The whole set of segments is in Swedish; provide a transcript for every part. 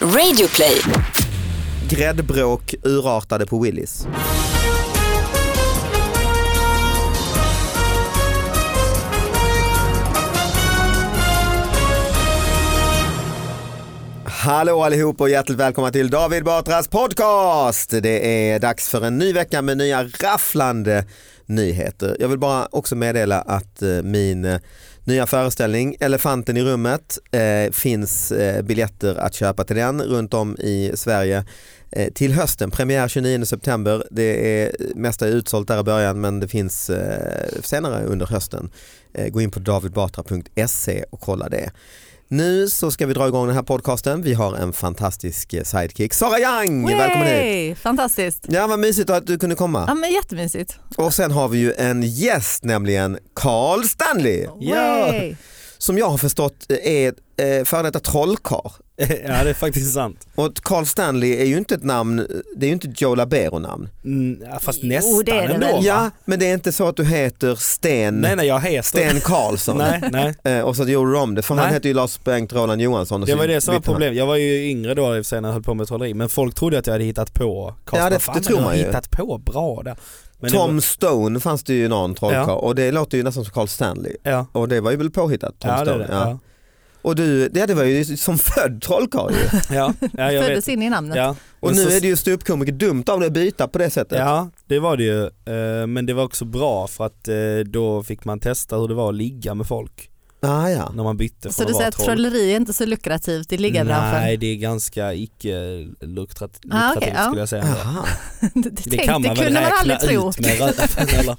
Radioplay. Gräddbråk urartade på Willys. Hallå allihop och hjärtligt välkomna till David Batras podcast. Det är dags för en ny vecka med nya rafflande nyheter. Jag vill bara också meddela att eh, min eh, nya föreställning Elefanten i rummet eh, finns eh, biljetter att köpa till den runt om i Sverige eh, till hösten. Premiär 29 september. Det är mesta är utsålt där i början men det finns eh, senare under hösten. Eh, gå in på davidbatra.se och kolla det. Nu så ska vi dra igång den här podcasten. Vi har en fantastisk eh, sidekick. Sara Young, välkommen hit. Yay! Fantastiskt. Ja, vad mysigt att du kunde komma. Ja, men jättemysigt. Och sen har vi ju en gäst, nämligen Carl Stanley. Yay! Som jag har förstått är eh, före detta trollkarl. ja det är faktiskt sant. Och Carl Stanley är ju inte ett namn, eh, det är ju inte ett Joe Labero-namn. Mm, ja, fast Jo, nästan det är det ändå. väl. va? Ja, men det är inte så att du heter Sten, Nej nej jag heter... Sten Karlsson. Nej nej. Eh, Och så gjorde de om det, för han Nej. hette ju Lars Bengt Roland Johansson. Och Det så var ju det som var bytte han. problemet. Jag var ju yngre då i och för sig när jag höll på med trolleri men folk trodde att jag hade hittat på Karlsson. Ja, det- Fan, det men tror du man har ju. hittat på bra där. Men det Tom Stone fanns det ju någon trollkarl Ja. och det låter ju nästan som Carl Stanley. Var, ja. Och det var ju väl påhittat, Tom Ja, det är Stone. det. Ja. Ja. Och du, det det var ju som född trollkarl ju. Ja. ja, jag vet. Föddes in i namnet. Ja. Och Men nu så- är det ju ståuppkomiker dumt av dig att byta på det sättet. Ja det var det ju. Eh, Men det var också bra för att eh, då fick man testa hur det var att ligga med folk Ah, ja. när man bytte Så från du att säger vara att troll. trolleri är inte så lukrativt i liggarbranschen? Nej det är ganska icke lukrativt Ah, okej, ja. skulle jag säga. ändå. Aha. det, Det tänk, kan man det väl kunde man räkna aldrig tro. ut med röven eller?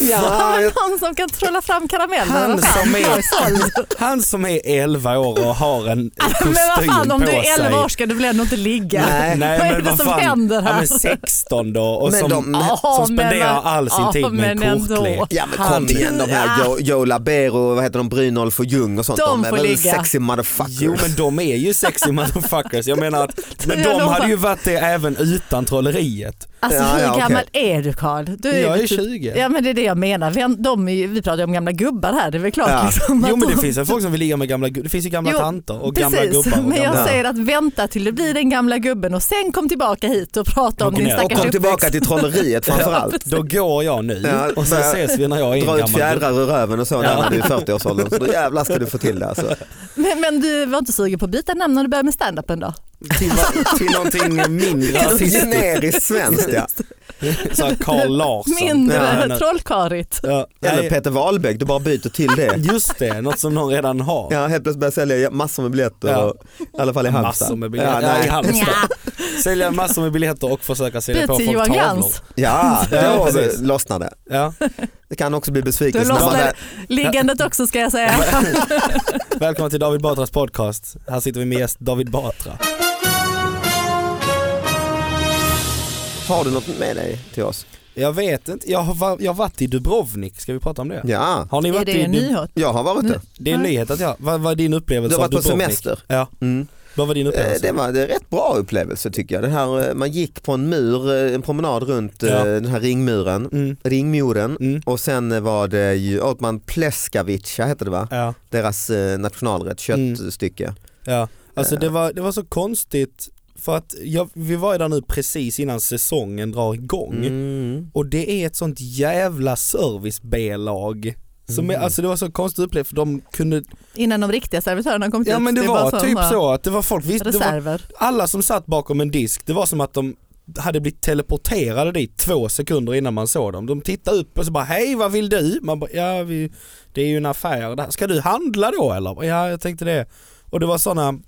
Ja, jag- Någon som kan trolla fram karameller. Han vad fan. som är- Jag såld. Han som är 11 år och har en kostym Men vad fan om på du sig. är 11 år ska du väl ändå inte ligga? Nej. Nej, Vad är men det vad som fan? händer här? Ja, men 16 då och Men som, de- Ja, som men spenderar vad- all sin ja, tid med en men ändå. kortlek. Ja men Han- kom igen de här Joe- Joe Labero, vad heter de, Brynolf och Ljung och sånt. De är får väl ligga. sexy motherfuckers. Jo men de är ju sexy motherfuckers. Jag menar att men Jag de lovar. hade ju varit det även utan trolleriet. Alltså Ja, hur ja, okej. gammal är du Karl? Du ju Jag är typ- 20. Ja men det är det jag menar. Vi, de är, ju- vi pratar ju om gamla gubbar här, det är väl klart Ja. liksom att Jo men det de- finns ju folk som vill ligga med gamla gu- Det finns ju gamla Jo, tanter och gamla Precis, gubbar. Och men jag gamla... säger att vänta till du blir den gamla gubben och sen kom tillbaka hit och prata om Och din gnäll. och stackars kom tillbaka uppväxt. till trolleriet framförallt. Då går jag nu Ja, och sen börja- ses vi när jag är en Dra ut gammal gubbe. fjädrar ur röven och så när Ja. man är i 40-årsåldern. Så då jävlar ska du få till det alltså. Men, men du var inte sugen på att byta namn när du började med standupen då? Till, vad- till någonting mindre rasistiskt. Generiskt svenskt ja. Såhär Carl Larsson. Mindre Ja. trollkarigt. Ja, Eller nej, Peter Wahlbeck, du bara byter till det. Just det, något som någon redan har. Ja, helt plötsligt börjar sälja massor med biljetter, Ja. och, i alla fall i Halmstad. Massor med biljetter. Ja, Ja, i nej. Halmstad. Sälja massor med biljetter och försöka sälja Byt på till folk Johan tavlor. Glans. ja Ja, då precis. lossnar det. Ja, Det kan också bli Du besvikelse. när man väl- lossnar liggandet också ska jag säga. välkommen till David Batras podcast. Här sitter vi med gäst David Batra. Har du något med dig till oss? Jag vet inte, jag har, va- jag har varit i Dubrovnik, ska vi prata om det? Ja, Har ni Är varit det i en Dub- nyhet? jag har varit det. Det är en nyhet att jag, Mm. vad, vad är din Du upplevelse har av varit på Dubrovnik? semester. Ja, Mm. vad var din Eh, upplevelse? Det var det är rätt bra upplevelse tycker jag. Det här, eh, man gick på en mur, eh, en promenad runt eh, Ja. den här ringmuren, Mm, ringmuren. mm, Och sen eh, var det ju, åt man pleskavica hette det va? ja, Deras eh, nationalrätt, köttstycke. ja. Eh. Alltså det var, det var så konstigt för att jag, vi var ju där nu precis innan säsongen drar igång. Mm. Och det är ett sånt jävla service B-lag. Som är, Mm. alltså det var så konstigt upplevt för de kunde, Innan de riktiga servitörerna kom till. ja men det, är bara var sån typ här så att det var folk, visst, det var, Reserver. alla som satt bakom en disk, det var som att de hade blivit teleporterade dit två sekunder innan man såg dem. De tittade upp och så bara hej vad vill du? Man bara, ja vi, det är ju en affär där. Ska du handla då eller? Ja jag tänkte det. Och det var sådana,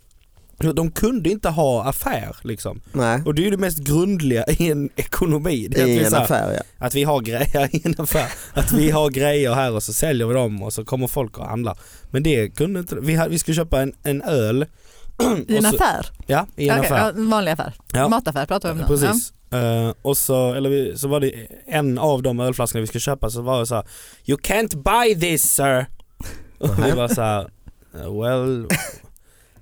de kunde inte ha affär liksom. Nej, Och det är ju det mest grundliga i en ekonomi. Det är att vi i en så här- affär ja. att vi har grejer i en affär. Att vi har grejer här och så säljer vi dem och så kommer folk och handlar. Men det kunde inte, vi, hade, vi skulle köpa en, en öl. I en Och så- affär? Ja, i en Okej, affär. ja, en vanlig affär. Ja. Mataffär pratar vi om nu. Precis. Eh, och så, eller vi, så var det en av de ölflaskorna vi skulle köpa så var det så här, You can't buy this sir. Och vi var så här, "Eh, Well,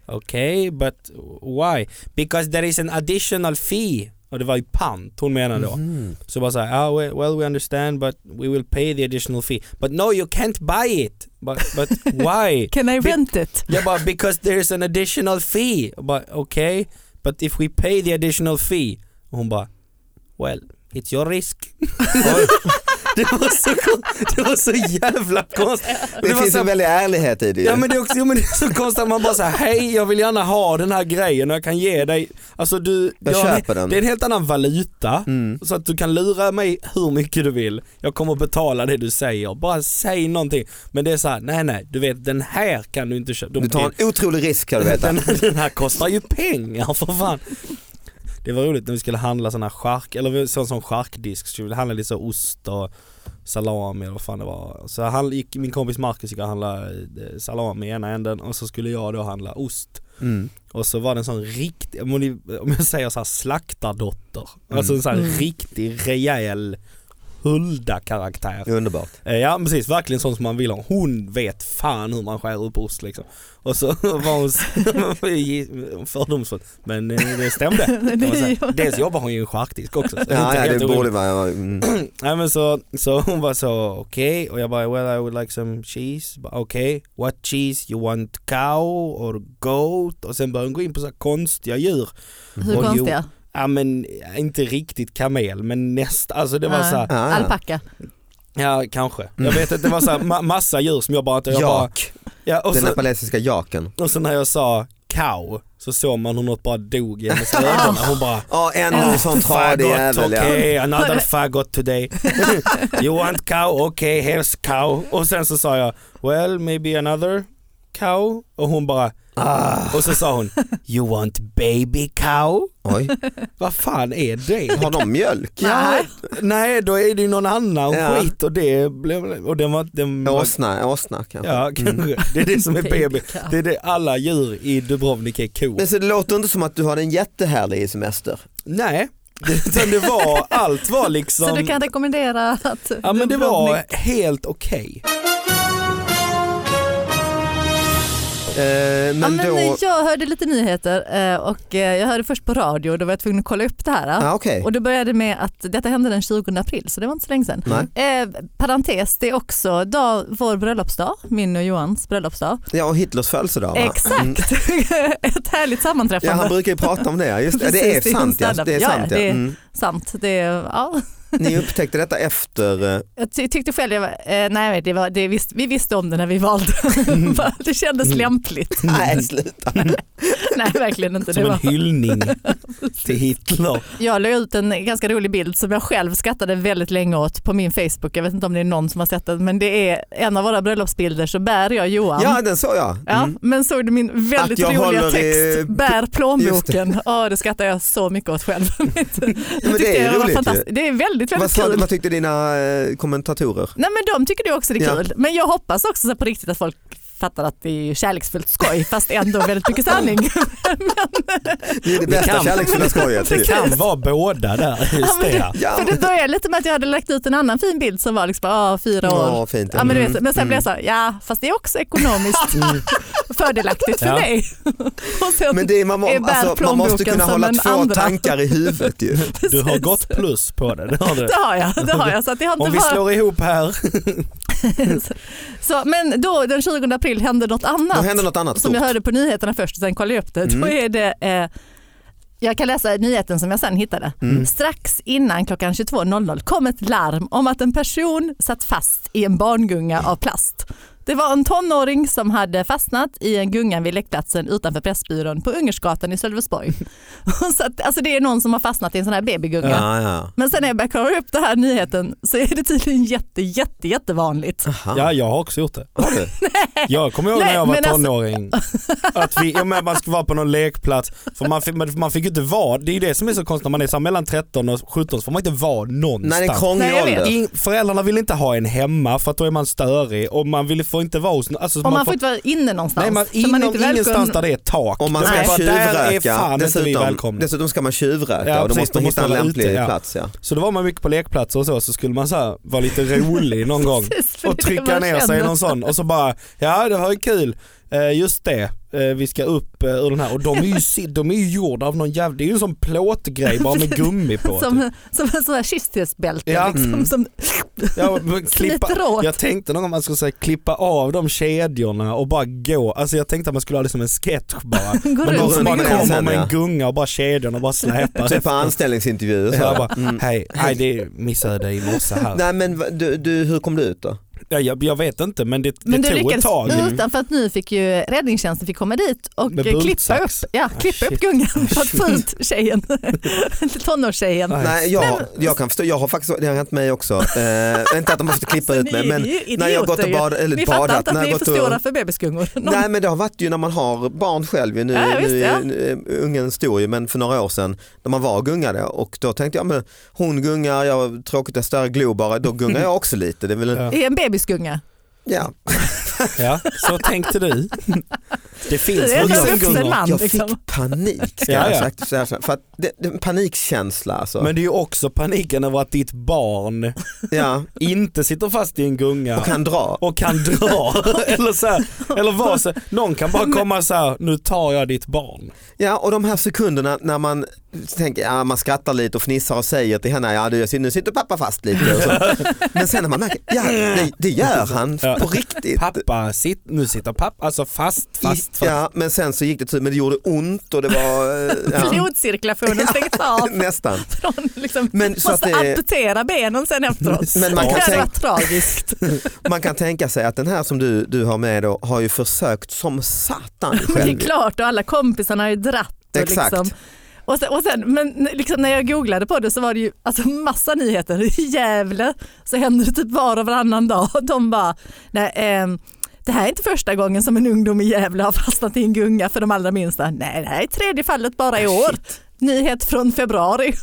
okay but why? Because there is an additional fee. Och det var ju pant hon menade då. Mhm. Så bara såhär, ah, we- well we understand but we will pay the additional fee. But no you can't buy it! But, but why? Ja. Can I Vi- rent it? Jag bara, because there is an additional fee! Jag bara, okej. Okay. but if we pay the additional fee. Och hon bara, well, it's your risk. Oj, Det var så, kon- det var så jävla konstigt. det var finns så- en väldig ärlighet i det. ju. Ja men det är också jo, men det är så konstigt att man bara säger hej jag vill gärna ha den här grejen och jag kan ge dig, alltså du, Jag köper den. det är en helt annan valuta Mm. så att du kan lura mig hur mycket du vill, jag kommer att betala det du säger, bara säg någonting. Men det är så här, nej nej, du vet den här kan du inte köpa. De- Du tar en otrolig risk ska du veta. den, den här kostar ju pengar för fan. Det var roligt när vi skulle handla sån här chark, eller vi sån som charkdisk, så vi ville handla lite så ost och salami eller vad fan det var. Så han gick, min kompis Marcus gick och handlade eh, salami i ena änden och så skulle jag då handla ost. Mm. Och så var det en sån riktig, om ni- om jag säger så här slaktardotter, alltså en sån här Mm. riktig rejäl Hulda-karaktär. Underbart. Eh, Ja precis, verkligen sånt som man vill ha. Hon vet fan hur man skär upp ost liksom. Och så var hon s- fördomsfullt, men eh, det stämde. kan man säga. Dels jobbar hon ju i en charkdisk också. Så det är Ja, inte ja, helt det orimligt. borde vara. Mm. Nej men så, så hon var så okej och jag bara well I would like some cheese. Bara, Okej, what cheese? You want cow or goat? Och sen började hon gå in på så här konstiga djur. Hur Och jo, konstiga? Ja men eh, inte riktigt kamel men nästan, alltså det var Nej. så här, Ah. Alpacka. ja kanske. Jag vet att det var så här, ma- massa djur som jag bara inte, jag bara, Jak, ja, och den så, nepalesiska jaken. Och sen när jag sa cow så såg man hur något bara dog i hennes ögon. Hon bara Ja, en sån tradig Faggot, jävel ja. okay, another faggot today. you want cow, okay, here's cow. Och sen så sa jag, well maybe another cow. Och hon bara, Ah, och så sa hon, you want baby cow? oj, Vad fan är det? har de mjölk? Ja, nej, då är det ju någon annan Ja. skit och det blev, och den var, den var Åsna, åsna kanske. Ja, kanske. Det är det som är Baby baby. cow. Det är det alla djur i Dubrovnik är kor. Men så det låter inte som att du har en jättehärlig semester. Nej, det- utan det var, allt var liksom, Så du kan rekommendera att... ja men det var helt okej. Eh, men, Ja, men då, eh, Jag hörde lite nyheter eh, och eh, jag hörde först på radio och då var jag tvungen att kolla upp det här. eh. ah, okej. Och det började med att detta hände den 20 april så det var inte så länge sedan. Nej. Eh, parentes, det är också dag, vår bröllopsdag, min och Johans bröllopsdag. Ja, och Hitlers födelsedag va? Mm. Exakt, ett härligt Ja, sammanträffande. han brukar ju prata om det, ja. just det. Ja, det är Precis, det är sant ja. standard. Det är Ja, sant, ja. det är- Mm. Sant, det, är- ja. Ni upptäckte detta efter, eh, Jag ty- tyckte själv, jag var, eh, nej det var, det visst, vi visste om det när vi valde. Mm. det kändes lämpligt. nej sluta. Nej verkligen inte. Det Som en var. hyllning till Hitler. Jag la ut en ganska rolig bild som jag själv skrattade väldigt länge åt på min Facebook. Jag vet inte om det är någon som har sett den men det är en av våra bröllopsbilder så bär jag Johan. Ja den såg jag. Ja, Mm. men såg du min väldigt Att jag roliga håller i- text? Bär Just plånboken. Ja, det skrattar jag så mycket åt själv. Ja, men det tyckte är jag ju var roligt ju. fantastiskt. Det är väldigt, Vad, väldigt sa, kul. vad tyckte dina eh, kommentatorer? Nej men de tycker det också det är Ja. kul. Men jag hoppas också så på riktigt att folk fattar att det är kärleksfullt skoj fast ändå väldigt mycket sanning. Det är det bästa kan- kärleksfulla skojet. Det kan vara båda där, just det. ja. Ja, För det började lite med att jag hade lagt ut en annan fin bild som var liksom ah, fyra år. Ja, fint. Ja, men, du vet, Mm. men sen blev jag så här, ja fast det är också ekonomiskt fördelaktigt för Ja. mig. Och sen, Men det är, man, må, Är bär alltså, man måste plånboken kunna som hålla en två andra. tankar i huvudet ju. Du har gått plus på det, det har du. det har jag, det har jag. Så att det har inte Om vi bara- slår ihop här. så, men då den 20 april hände något annat. Då händer något annat som stort. jag hörde på nyheterna först och sen kollade jag upp det. Då Mm. är det eh, jag kan läsa nyheten som jag sen hittade. Mm. Strax innan klockan 22.00 kom ett larm om att en person satt fast i en barngunga av plast. Det var en tonåring som hade fastnat i en gunga vid lekplatsen utanför Pressbyrån på Ungersgatan i Sölvesborg. Och Så att, alltså det är någon som har fastnat i en sån här babygunga. Ja, ja. Men sen när jag började kolla upp den här nyheten så är det tydligen jätte, jätte, jättevanligt. Ja, jag har också gjort det. Har du? Jag kommer ihåg när Nej, jag var men alltså- tonåring. Att vi, ja, men man skulle vara på någon lekplats. För man, fick, men man fick ju inte vara, det är ju det som är så konstigt när man är så här mellan 13 och 17 så får man inte vara någonstans. Nej, det är en krånglig Nej, jag vet. ålder. In, föräldrarna vill inte ha en hemma för att då är man störig och man vill, får inte vara hos någon. Alltså, Och man, får inte vara inne någonstans. Nej, man, Så inom, man är inte välkommen. ingenstans där det är tak. Om man Då ska är det bara, Där är tjuvröka, fan inte vi dessutom, välkomna. dessutom ska man tjuvröka Ja, och då precis, måste då man måste hitta en man vara lämplig ute, ja. plats. Ja. Så då var man mycket på lekplatser och så, så skulle man så här, vara lite rolig någon gång Precis, för det och är det trycka man ner sig i känner. någon sån och så bara, ja det var ju kul. Eh, just det, eh, vi ska upp eh, ur den här och de är ju, si- de är ju gjorda av någon jävla, det är ju en sån plåtgrej bara med gummi på. typ. Som, som en sån här kysthetsbälte. Ja. Liksom, Mm. som, Ja, men Sliter klippa, åt. jag tänkte någon gång man skulle säga klippa av de kedjorna och bara gå, alltså jag tänkte att man skulle ha det som en sketch bara. går Men de någon runt som som en runt bara gris. kommer grisen, med ja. en gunga och bara kedjorna bara släpar. Typ på anställningsintervjuer. Så Så. jag bara, Mm. hej, nej det missade jag i morse här. Nej men va- du, du, hur kom du ut då? Ja, jag, jag vet inte men det, Men det du tog ett lyckades Mm. tag. Mm. nå utan för att nu fick ju räddningstjänsten fick komma dit och Med eh, klippa upp, bultsax. ja, Ah, klippa shit. upp gungan för att få ut tjejen, tonårstjejen. Nej. Nej, jag, jag kan förstå, jag har faktiskt, det har hänt mig också. Eh, inte att de har fått klippa ut ni är mig men ju idioter när jag har gått och ju. bad, eller Ni fattar badat, inte när jag att ni är har gått för stora och för bebisgungor. Någon- Nej men det har varit ju när man har barn själv ju, nu, Ja, visst, nu, ja. nu ungen stor ju men för några år sedan när man var och gungade och då tänkte jag men hon gungar, jag tråkigt jag stör glo bara, då gungar jag också lite. Det är väl, en- Ja. I en bebisgunga. ja. Ja, så tänkte du. Det finns Det är Jag en fick- vuxen vuxengungor. man Jag liksom. fick panik ska Ja, jag ja. sagt, så här, så här, för att det, det är en panikkänsla alltså. Men det är ju också paniken över att ditt barn ja, inte sitter fast i en gunga och kan dra. och kan dra. eller så här, eller vad så, någon kan bara komma så här, nu tar jag ditt barn. Ja och de här sekunderna när man tänker, ja, man skrattar lite och fnissar och säger till henne, ja du, jag ser- nu sitter pappa fast lite. Och så. Men sen när man märker, ja det, det gör han Ja. på riktigt. Pappa, sit, nu sitter pappa, alltså fast, fast, fast. Ja men sen så gick det tur, men det gjorde ont och det var eh, ja, Blodcirkulationen stängs av. nästan. Från, liksom, Men så måste att det, amputera benen sen efteråt. Men man det kan hade tänka- varit tragiskt. man kan tänka sig att den här som du, du har med då har ju försökt som satan Det är själv. klart och alla kompisarna har ju dratt. Och Exakt. Liksom. Och sen, och sen, men liksom när jag googlade på det så var det ju alltså massa nyheter. I Gävle så händer det typ var och varannan dag. De bara, nej, ehm, det här är inte första gången som en ungdom i Gävle har fastnat i en gunga för de allra minsta. Nej, det här är tredje fallet bara Ah, i år. Nyhet från februari.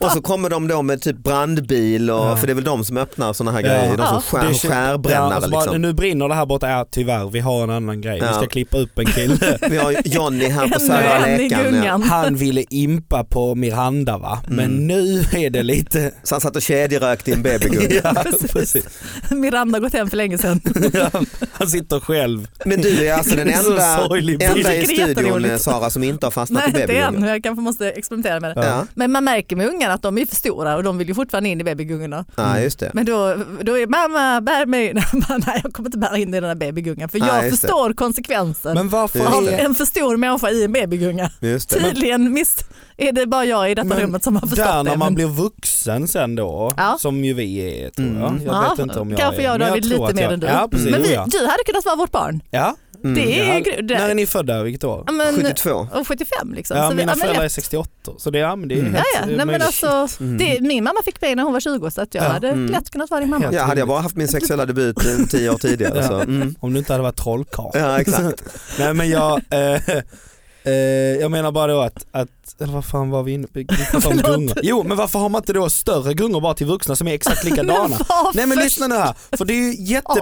Och så kommer de då med typ brandbil och, Ja. för det är väl de som öppnar sådana här Ja. grejer, de som Ja. skär, ja, skärbrännare alltså bara, liksom. Nu brinner det här borta, ja, tyvärr vi har en annan grej, vi Ja. ska klippa upp en kille. Vi har ju Johnny här på Ännu Södra en i Lekan. Ja. gungan. Han ville impa på Miranda va, men Mm. nu är det lite Så han satt och kedjerökte i en babygugg. Ja, Precis. precis. Miranda har gått hem för länge sedan. Ja, han sitter själv. Men du är alltså den Det är så enda, sorglig bild. enda i Jag tycker det är studion jätteroligt. eh, Sara som inte har fastnat Nej, i inte än. babyguggen. Jag kanske måste experimentera med det. Ja. Men man märker med ungarna att de är för stora och de vill ju fortfarande in i babygungorna. ja, Mm. just det. Men då, då är mamma bär mig, Nej, mamma, nej jag kommer inte bära in i den här babygungan för Nej, jag just det. förstår konsekvensen Men varför av det. är en för stor människa i en babygunga. Just det. Tydligen miss, är det bara jag i detta Men rummet som har förstått där det. när man men- blir vuxen sen då, Ja. som ju vi är tror jag. Mm. Jag Ja, vet inte om jag kanske är. jag och men David tror lite att mer jag- än du. Ja, precis. men Jo, vi, ja. du hade kunnat vara vårt barn. Ja. Mm. Det är Ja, ju gru- det- När är ni födda, vilket år? Ja, Men, 72. och 75 liksom. Ja, Så vi- mina ja, men föräldrar det- är 68 så det, ja, men det är Mm. Ja, helt ja. eh, Nej, men möjligt. alltså, Mm. det, min mamma fick mig när hon var 20 så att jag Ja. hade Mm. lätt kunnat vara din mamma. Helt Ja, hade jag bara haft min sexuella debut eh, tio år tidigare Ja. så. Mm. Om du inte hade varit trollkarl. Ja, exakt. Nej men jag, eh, eh, jag menar bara då att, att, eller vad fan var vi inne på? Vi pratade om Förlåt. gungor. Jo men varför har man inte då större gungor bara till vuxna som är exakt likadana? varför? Nej men lyssna nu här, för det är ju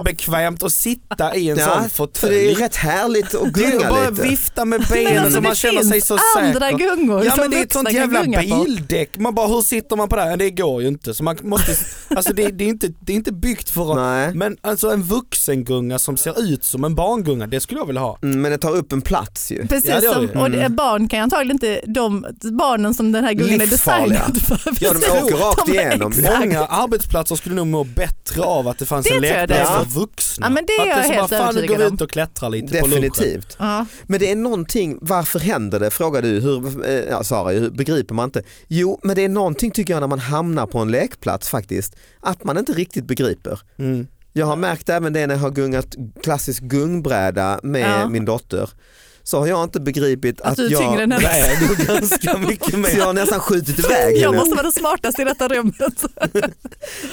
jättebekvämt att sitta i en Ja, sån för det är ju fåtölj. rätt härligt att Det är ju gunga bara lite. vifta med Men benen alltså, och man det känner sig finns så andra säker. gungor Ja som men det är ett vuxna sånt kan jävla gunga på. bildäck, man bara hur sitter man på det? här? Det går ju inte. Så man måste, alltså det, det, är inte, det är inte byggt för att Nej. men alltså en vuxengunga som ser ut som en barngunga, det skulle jag vilja ha. Mm, Men det tar upp en plats ju. Precis, Ja, det har som, vi. Mm. och det, barn kan ju antagligen inte, de barnen som den här gungen är Livsfarliga. designad för. Ja, de precis, åker rakt de är igenom. exakt- Många arbetsplatser skulle nog må bättre av att det fanns Det en tror jag lekplats det. för vuxna. Ja, men det är att jag så helt bara, fan, nu går vi övertygad om. ut och klättrar lite på lunchen. Definitivt. Ja. Men det är någonting, varför händer det frågar du, hur, eh, ja, Sara, hur begriper man inte? Jo, men det är någonting tycker jag när man hamnar på en lekplats faktiskt, att man inte riktigt begriper. Mm. Jag har märkt även det när jag har gungat klassisk gungbräda med Ja. min dotter, så har jag inte begripit att, Att du är jag, tyngre än henne. Nej, det är ganska mycket så jag mer. har nästan skjutit iväg Jag henne. måste vara den smartaste i detta Mm. rummet.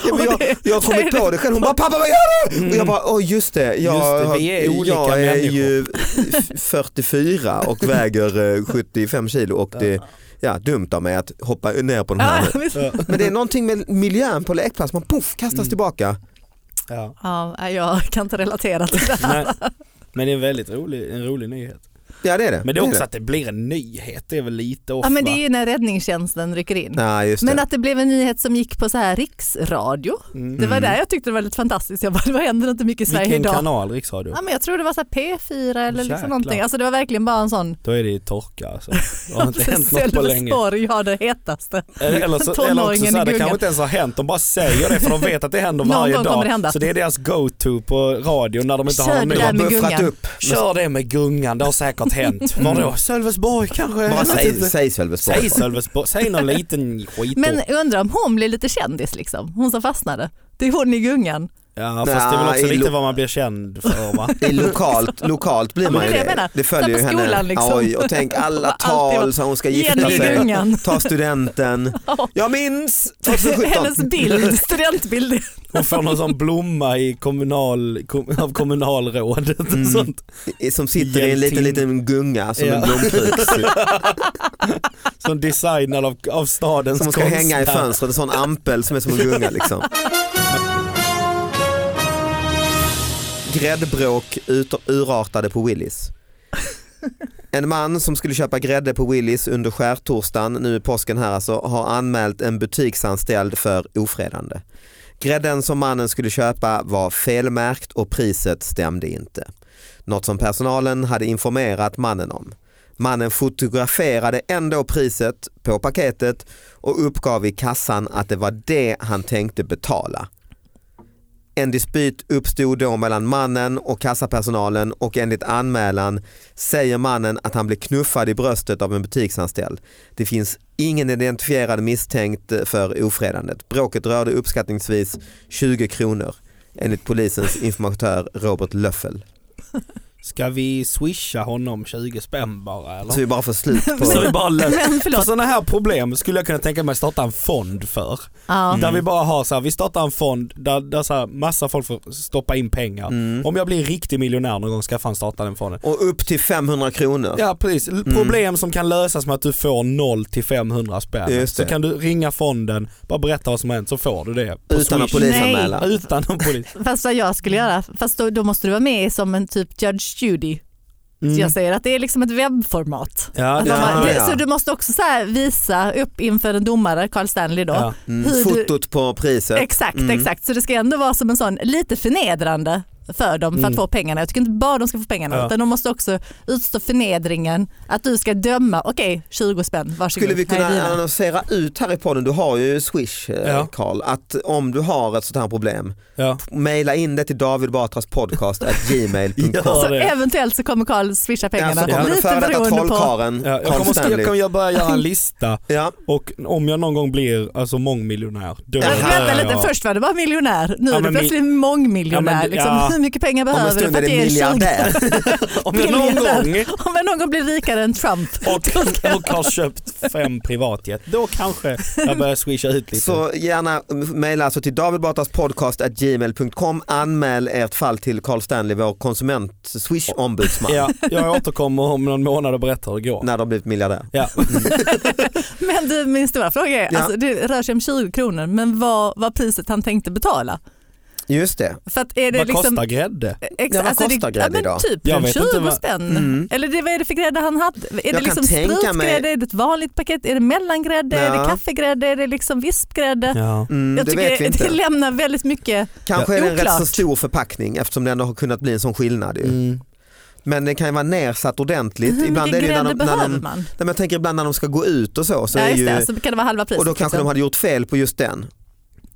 Ja, men jag, jag har kommit på det själv, hon bara pappa vad gör du? Och jag bara, åh just det, jag, Mm. Just det, vi är olika jag är människor." ju f- 44 och väger eh, 75 kilo och det Ja, dumt av mig att hoppa ner på den här. Ja, nu. visst. Men det är någonting med miljön på lekplats, man puff, kastas Mm. tillbaka. Ja. ja, nej, jag kan inte relatera till det. Nej. Men det är en väldigt rolig, en rolig nyhet. Ja det är det. Men det är också det. att det blir en nyhet, det är väl lite off Ja, men det är va? ju när räddningstjänsten rycker in. Ja, just Men det. att det blev en nyhet som gick på så här riksradio. Mm. Det var där jag tyckte det var lite fantastiskt. Jag bara, vad händer inte mycket i Sverige Vilken idag? kanal, riksradio? Ja, men jag tror det var så här P4 eller Jäklar. liksom någonting. Alltså det var verkligen bara en sån. Då är det ju torka alltså. Det har inte hänt något på länge. Eh, Sölvesborg har det hetaste. Eller, eller, så, eller också Tonåringen i så här, det gungan. kanske inte ens har hänt, de bara säger det för de vet att det händer Någon varje gång kommer det dag. hända. Så det är deras go-to på radion när de inte Kör har någon det ny. där med buffrat gungan. upp. Kör det med gungan, det har säkert hänt. Vadå? Sölvesborg kanske? Jag Bara vet säg, inte. säg Sölvesborg. Säg Sölvesborg, säg någon liten skit. Men jag undrar om hon blir lite kändis liksom. Hon som fastnade. Det är hon i gungan. ja fast det är väl Nej, också lite lo- vad man blir känd för va? Det är lokalt, lokalt blir Ja, men man det ju är det jag det. menar. Det följer ju Där på henne. skolan liksom. Oj, och tänk alla Alltid tal vara- som hon ska gifta Jenny i sig. gungan. Ta studenten. Jag minns 2017. Hennes bild, studentbild. Hon får någon sån blomma i kommunal, kom, av kommunalrådet Mm. och sånt. Som sitter i en liten, liten gunga som en Ja. blomkruk. Som designad av, av stadens Som hon ska konstnär. hänga i fönstret, en sån ampel som är som en gunga liksom. Gräddbråk ut- urartade på Willys. En man som skulle köpa grädde på Willys under skärtorsdagen, nu i påsken här alltså, har anmält en butiksanställd för ofredande. Grädden som mannen skulle köpa var felmärkt och priset stämde inte. Något som personalen hade informerat mannen om. Mannen fotograferade ändå priset på paketet och uppgav i kassan att det var det han tänkte betala. En dispyt uppstod då mellan mannen och kassapersonalen och enligt anmälan säger mannen att han blev knuffad i bröstet av en butiksanställd. Det finns ingen identifierad misstänkt för ofredandet. Bråket rörde uppskattningsvis 20 kronor enligt polisens informatör Robert Löffel. Ska vi swisha honom 20 spänn bara eller? Så vi bara får slut på... Så vi bara löser Men För förlåt. sådana här problem skulle jag kunna tänka mig att starta en fond för. Ja. Mm. Där vi bara har så här, vi startar en fond där, där så här, massa folk får stoppa in pengar. Mm. Om jag blir riktig miljonär någon gång ska jag fan starta den fonden. Och upp till 500 kronor. Ja precis, Mm. L- problem som kan lösas med att du får 0 till 500 spänn. Just Så det. kan du ringa fonden, bara berätta vad som har hänt så får du det. på Utan att Swish. polisanmäla. Utan någon polis. Fast vad jag skulle göra, fast då, då måste du vara med som en typ Judge Judy. Så jag säger att det är liksom ett webbformat. Ja, Att det Alltså, Mm. man ja, bara, ja. du, Så du måste också så här visa upp inför en domare, Carl Stanley då. Ja. Mm, hur du- fotot på priset. Exakt, Mm. exakt. Så det ska ändå vara som en sån lite förnedrande för dem för att få pengarna. Jag tycker inte bara de ska få pengarna Mm. Ja. utan de måste också utstå förnedringen att du ska döma, okej 20 spänn, varsågod. Skulle vi här är kunna dina. annonsera ut här i podden, du har ju Swish Ja. eh, Karl, att om du har ett sånt här problem, Ja. mejla in det till David Batras podcast at gmail.com. Ja. så det? eventuellt så kommer Carl swisha Ja, pengarna. så kommer Alltså, den före Lite detta beroende på. trollkarlen, Ja, jag Carl kommer, skriva, Stanley. jag kommer jag bara göra en lista Ja, och om jag någon gång blir alltså mångmiljonär då Äh, gör Vänta jag- lite, först var det bara miljonär, nu Ja, är du men plötsligt ja, mångmiljonär. men det- liksom, ja. Hur mycket pengar om en behöver du stund för är att det ge 20 miljardär. Om jag någon gång Om jag någon gång blir rikare än Trump. och, och har köpt fem privatjet, då kanske jag börjar swisha ut lite. Så gärna mejla alltså till David Batras podcast at gmail.com. Anmäl ert fall till Carl Stanley, vår konsument-swish-ombudsman, Ja, jag återkommer om någon månad och berättar hur det går. när de har blivit miljardär. Ja. Men du, min stora fråga är, Ja. alltså, det rör sig om 20 kronor, men vad var priset han tänkte betala? Just det. För att är det Vad liksom, kostar grädde? Ex- Ja, vad alltså kostar grädde det, ja, men idag? Typ Jag en vet inte 20 vad- Mm. spänn. Eller det, vad är det för grädde han hade? Är det kan liksom tänka mig- sprutgrädde, är det ett vanligt paket, är det mellangrädde, är Ja. det kaffegrädde, är det liksom vispgrädde? Ja. Mm, Jag det tycker vet vi det, inte. det lämnar väldigt mycket. Kanske är det en rätt Oklart. Mm. så stor förpackning eftersom det ändå har kunnat bli en sån skillnad. Ju. Men det kan ju vara nersatt ordentligt. Hur ibland är mycket det ju grädde när de, när behöver de, nej, man? men jag tänker ibland när de ska gå ut och så. så ja, är just ju, det, så kan det vara halva priset. och då kanske liksom. de hade gjort fel på just den.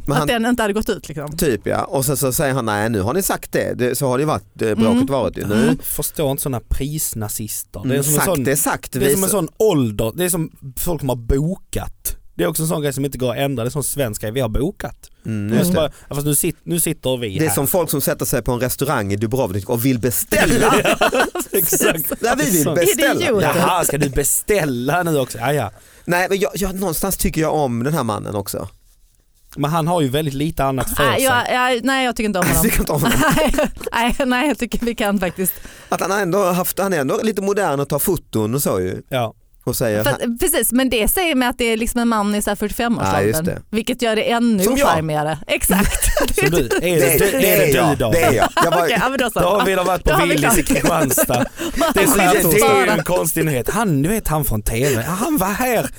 Men han, Att den inte hade gått ut liksom. Typ ja, och sen så säger han nej nu har ni sagt det, det så har det ju varit, det, bråket Mm. varit ju. Nu, Förstår inte sådana prisnazister. Det är mm, som en sagt sån, Mm. det är sagt. det är som en Vis- sån ålder, det är som folk som har bokat. Det är också en sån grej som inte går att ändra, det är en sån svensk grej, vi har bokat. mm, just Och så det. Bara, ja, fast nu, sit, nu sitter vi det är här. som folk som sätter sig på en restaurang i Dubrovnik och vill beställa. Exakt. Nej, vi vill beställa. Idioter. Jaha, ska du beställa nu också? Ja, ja. Nej men jag, jag, någonstans tycker jag om den här mannen också. Men han har ju väldigt lite annat för Nej, sig. jag, jag, nej, jag tycker inte om Jag honom. tycker inte om honom. nej, nej, jag tycker vi kan faktiskt. Att han ändå har haft, han är ändå lite modern och tar foton och så ju. Ja. och säger Fast, precis, men det säger mig att det är liksom en man i så här Ja, just 45-årsåldern. det. vilket gör det ännu Som jag. charmigare. Exakt. Som du, är det, det, det, är det jag, det du är David? jag. jag var, Okej, ja, men då så. David har varit Då på har vi Willys i klart. Kristianstad. Det är, så, Han jävla- har det är ju svarat. en konstig nyhet. Han, du vet han från TV, han var här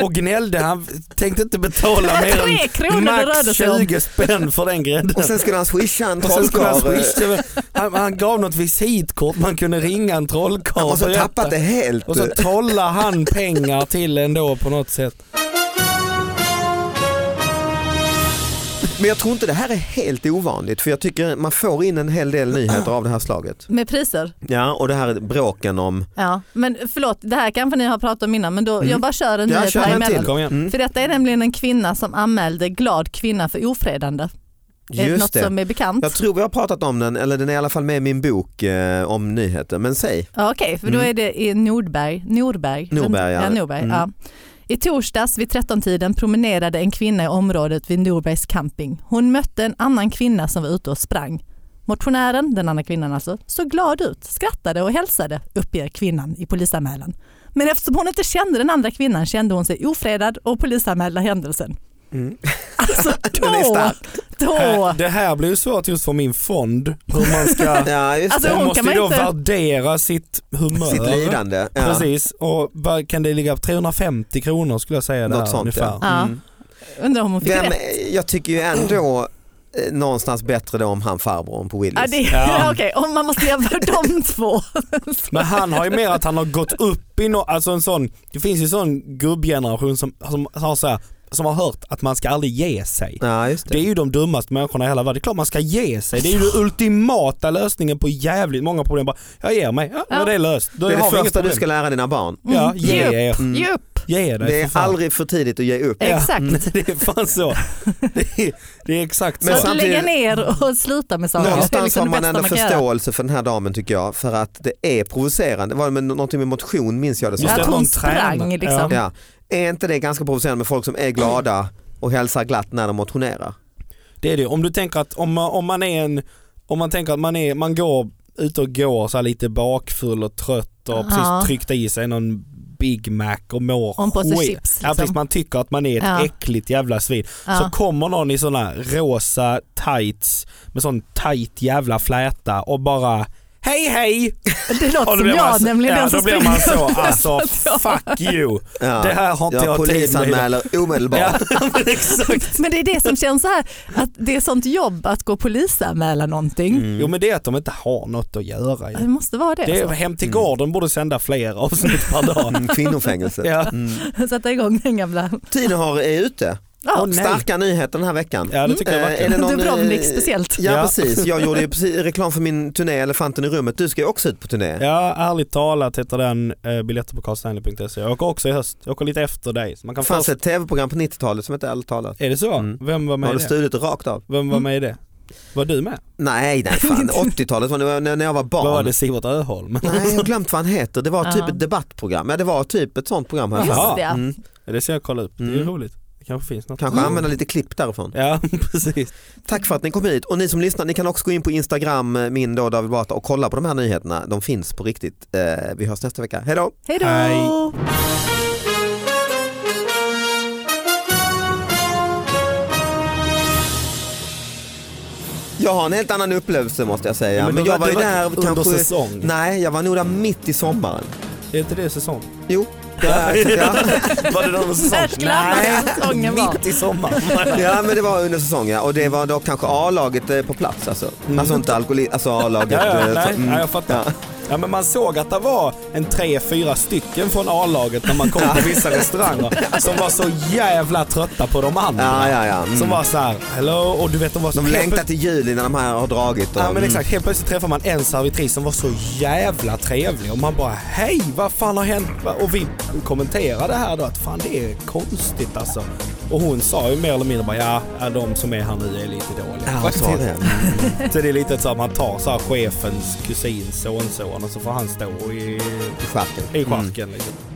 och gnällde, han tänkte inte betala mer Tre kronor än det rörde max sig om. 20 spänn för den grädden. Och sen skulle han swisha en Och sen skulle han, trollkarl. swisha, han, han gav något visitkort man kunde ringa en trollkarl Och och så berätta. tappat det helt. Och så trollar han pengar till en då på något sätt. Men jag tror inte det här är helt ovanligt för jag tycker man får in en hel del nyheter av det här slaget. Med priser. Ja och det här bråken om, Ja. Men förlåt, det här kanske ni har pratat om innan men då, jag bara kör en Mm. Ja, nyhet kör här en emellan. till. Mm. Kom igen. För detta är nämligen en kvinna som anmälde glad kvinna för ofredande. Är det något just det. som är bekant? Jag tror vi har pratat om den, eller den är i alla fall med i min bok eh, om nyheter. Men säg. Ja, Okej, för då är det i Nordberg. Nordberg, Mm. Norberg, ja. ja. Norberg Mm. ja. I torsdags vid 13-tiden promenerade en kvinna i området vid Norbergs camping. Hon mötte en annan kvinna som var ute och sprang. Motionären, den andra kvinnan alltså, såg glad ut, skrattade och hälsade, uppger kvinnan i polisanmälan. Men eftersom hon inte kände den andra kvinnan kände hon sig ofredad och polisanmälde händelsen. Alltså Mm. Den är då, stark. Äh, då, Här- Det här blir ju svårt just för min fond. Hur man ska, Ja, just Alltså, det. hon hon måste kan ju då man inte- värdera sitt humör. Sitt lidande. Ja. Precis, och vad kan det ligga på 350 kronor skulle jag säga där Något sånt ungefär. ja. ja, Mm. undrar om hon fick Vem, rätt. jag tycker ju ändå eh, någonstans bättre då om han farbrorn på Willys. Ja, det, Ja. Okej, om man måste jämföra de två. Men han har ju mer att han har gått upp i no, alltså en sån, det finns ju sån gubbgeneration som, som, har så här, som har hört att man ska aldrig ge sig. Ja, just Det är det. ju de dummaste människorna i hela världen. Det är klart man ska ge sig. Det är ju den ultimata lösningen på jävligt många problem. Bara, jag ger mig, ja, ja. Ja. det är löst. Då Det är har vi det inget första du problem. ska lära dina barn. Ja, ge Ge er. Mm. Ge upp. Ge dig Det är för fan. aldrig för tidigt att ge upp. Exakt. Mm, Det är fan så. Det är, det är exakt Men så. så att samtidigt- lägga ner och sluta med saker. det är Någonstans liksom har det man bästa ändå kan göra. förståelse för den här damen tycker jag för att det är provocerande. Var det med, någonting med motion minns jag det som. Just Att det, hon någon sprang tränar. liksom. Ja. Är inte det ganska provocerande med folk som är glada och hälsar glatt när de motionerar? Det är det. Om du tänker att om man, om man är en, om man tänker att man är, man går ute och går så här lite bakfull och trött och har Ja. precis tryckt i sig någon Big Mac och mår Och en påse skit. chips, Ja, liksom. precis, man tycker att man är ett Ja. äckligt jävla svin. Så Ja. kommer någon i sådana rosa tights med sån tight jävla fläta och bara Hej hej! Det Och låter då som blir man jag, så- nämligen ja, den som Då blir man så, springer. alltså fuck you! Ja. Det här har inte jag jag tid med. polisanmäler omedelbart. Ja, men exakt. Men det är det som känns så här, att det är sånt jobb att gå och polisanmäla någonting. Mm. Jo men det är att de inte har något att göra. ju. Det måste vara det. Mm. Det är, hem till gården borde sända fler avsnitt per dag. Alltså. Mm, Kvinnofängelse. Ja. alltså. Sätta igång den gamla. Tiden har, är ute. Ja. Åh, nej. Starka nyheter den här veckan. Ja det tycker jag Eh, är vackert. det någon, Dubrovnik eh, speciellt. Ja, Ja. precis, jag gjorde ju precis reklam för min turné Elefanten i rummet. Du ska ju också ut på turné. Ja, ärligt talat heter den eh, biljetter på karlstanley.se. Jag åker också i höst. Jag åker lite efter dig. Så man Det kan fanns först... ett tv-program på 90-talet som hette Ärligt talat. Är det så? Mm. Vem var med Har i du det? stulit Mm. rakt av? Vem var med i det? Var du med? Nej, nej fan. 80-talet var det när när jag var barn. Vad var det Sivert Öholm? Nej, jag har glömt vad han heter. Det var typ Ja. ett debattprogram. Ja, det var typ ett sånt program. Här. Just Jaha. det. Mm. det ska jag kolla upp. Det är ju Mm. roligt. Det kanske finns något. Kanske använda lite klipp därifrån. Mm. Ja, precis. Tack för att ni kom hit och ni som lyssnar ni kan också gå in på Instagram, eh, min då David Batra och kolla på de här nyheterna. De finns på riktigt. Eh, Vi hörs nästa vecka. Hej då! Hej då! Hej. Jag har en helt annan upplevelse måste jag säga. Ja, men men då jag var- var ju det var där under kanske... säsong. Nej, jag var nog där mitt i sommaren. Är inte det säsong? Jo, det är, ja. Var det någon säsong? Där slarvade säsongen var. mitt i sommaren. ja, men det var under säsong ja. och det var då kanske A-laget eh, på plats alltså. Alltså inte alkohol, alltså A-laget. Mm. Ja, ja, eh, nej, mm. ja, jag fattar. Ja. Ja. men man såg att det var en tre, fyra stycken från A-laget när man kom på vissa restauranger som var så jävla trötta på de andra. Ja, ja, ja. Mm. Som var så här, hello, och du vet de var så De helt längtar plötsligt- till juli när de här har dragit. Och, Ja men mm. exakt, helt plötsligt träffar man en servitris som var så jävla trevlig och man bara hej vad fan har hänt? Va- Och vi kommenterade här då att fan det är konstigt alltså. Och hon sa ju mer eller mindre bara ja, ja, de som är här nu är lite dåliga. Ja, så var det. Mm. Så det är lite så att man tar så här chefens kusins sonson och så får han stå i, I skärken. i charken. Liksom.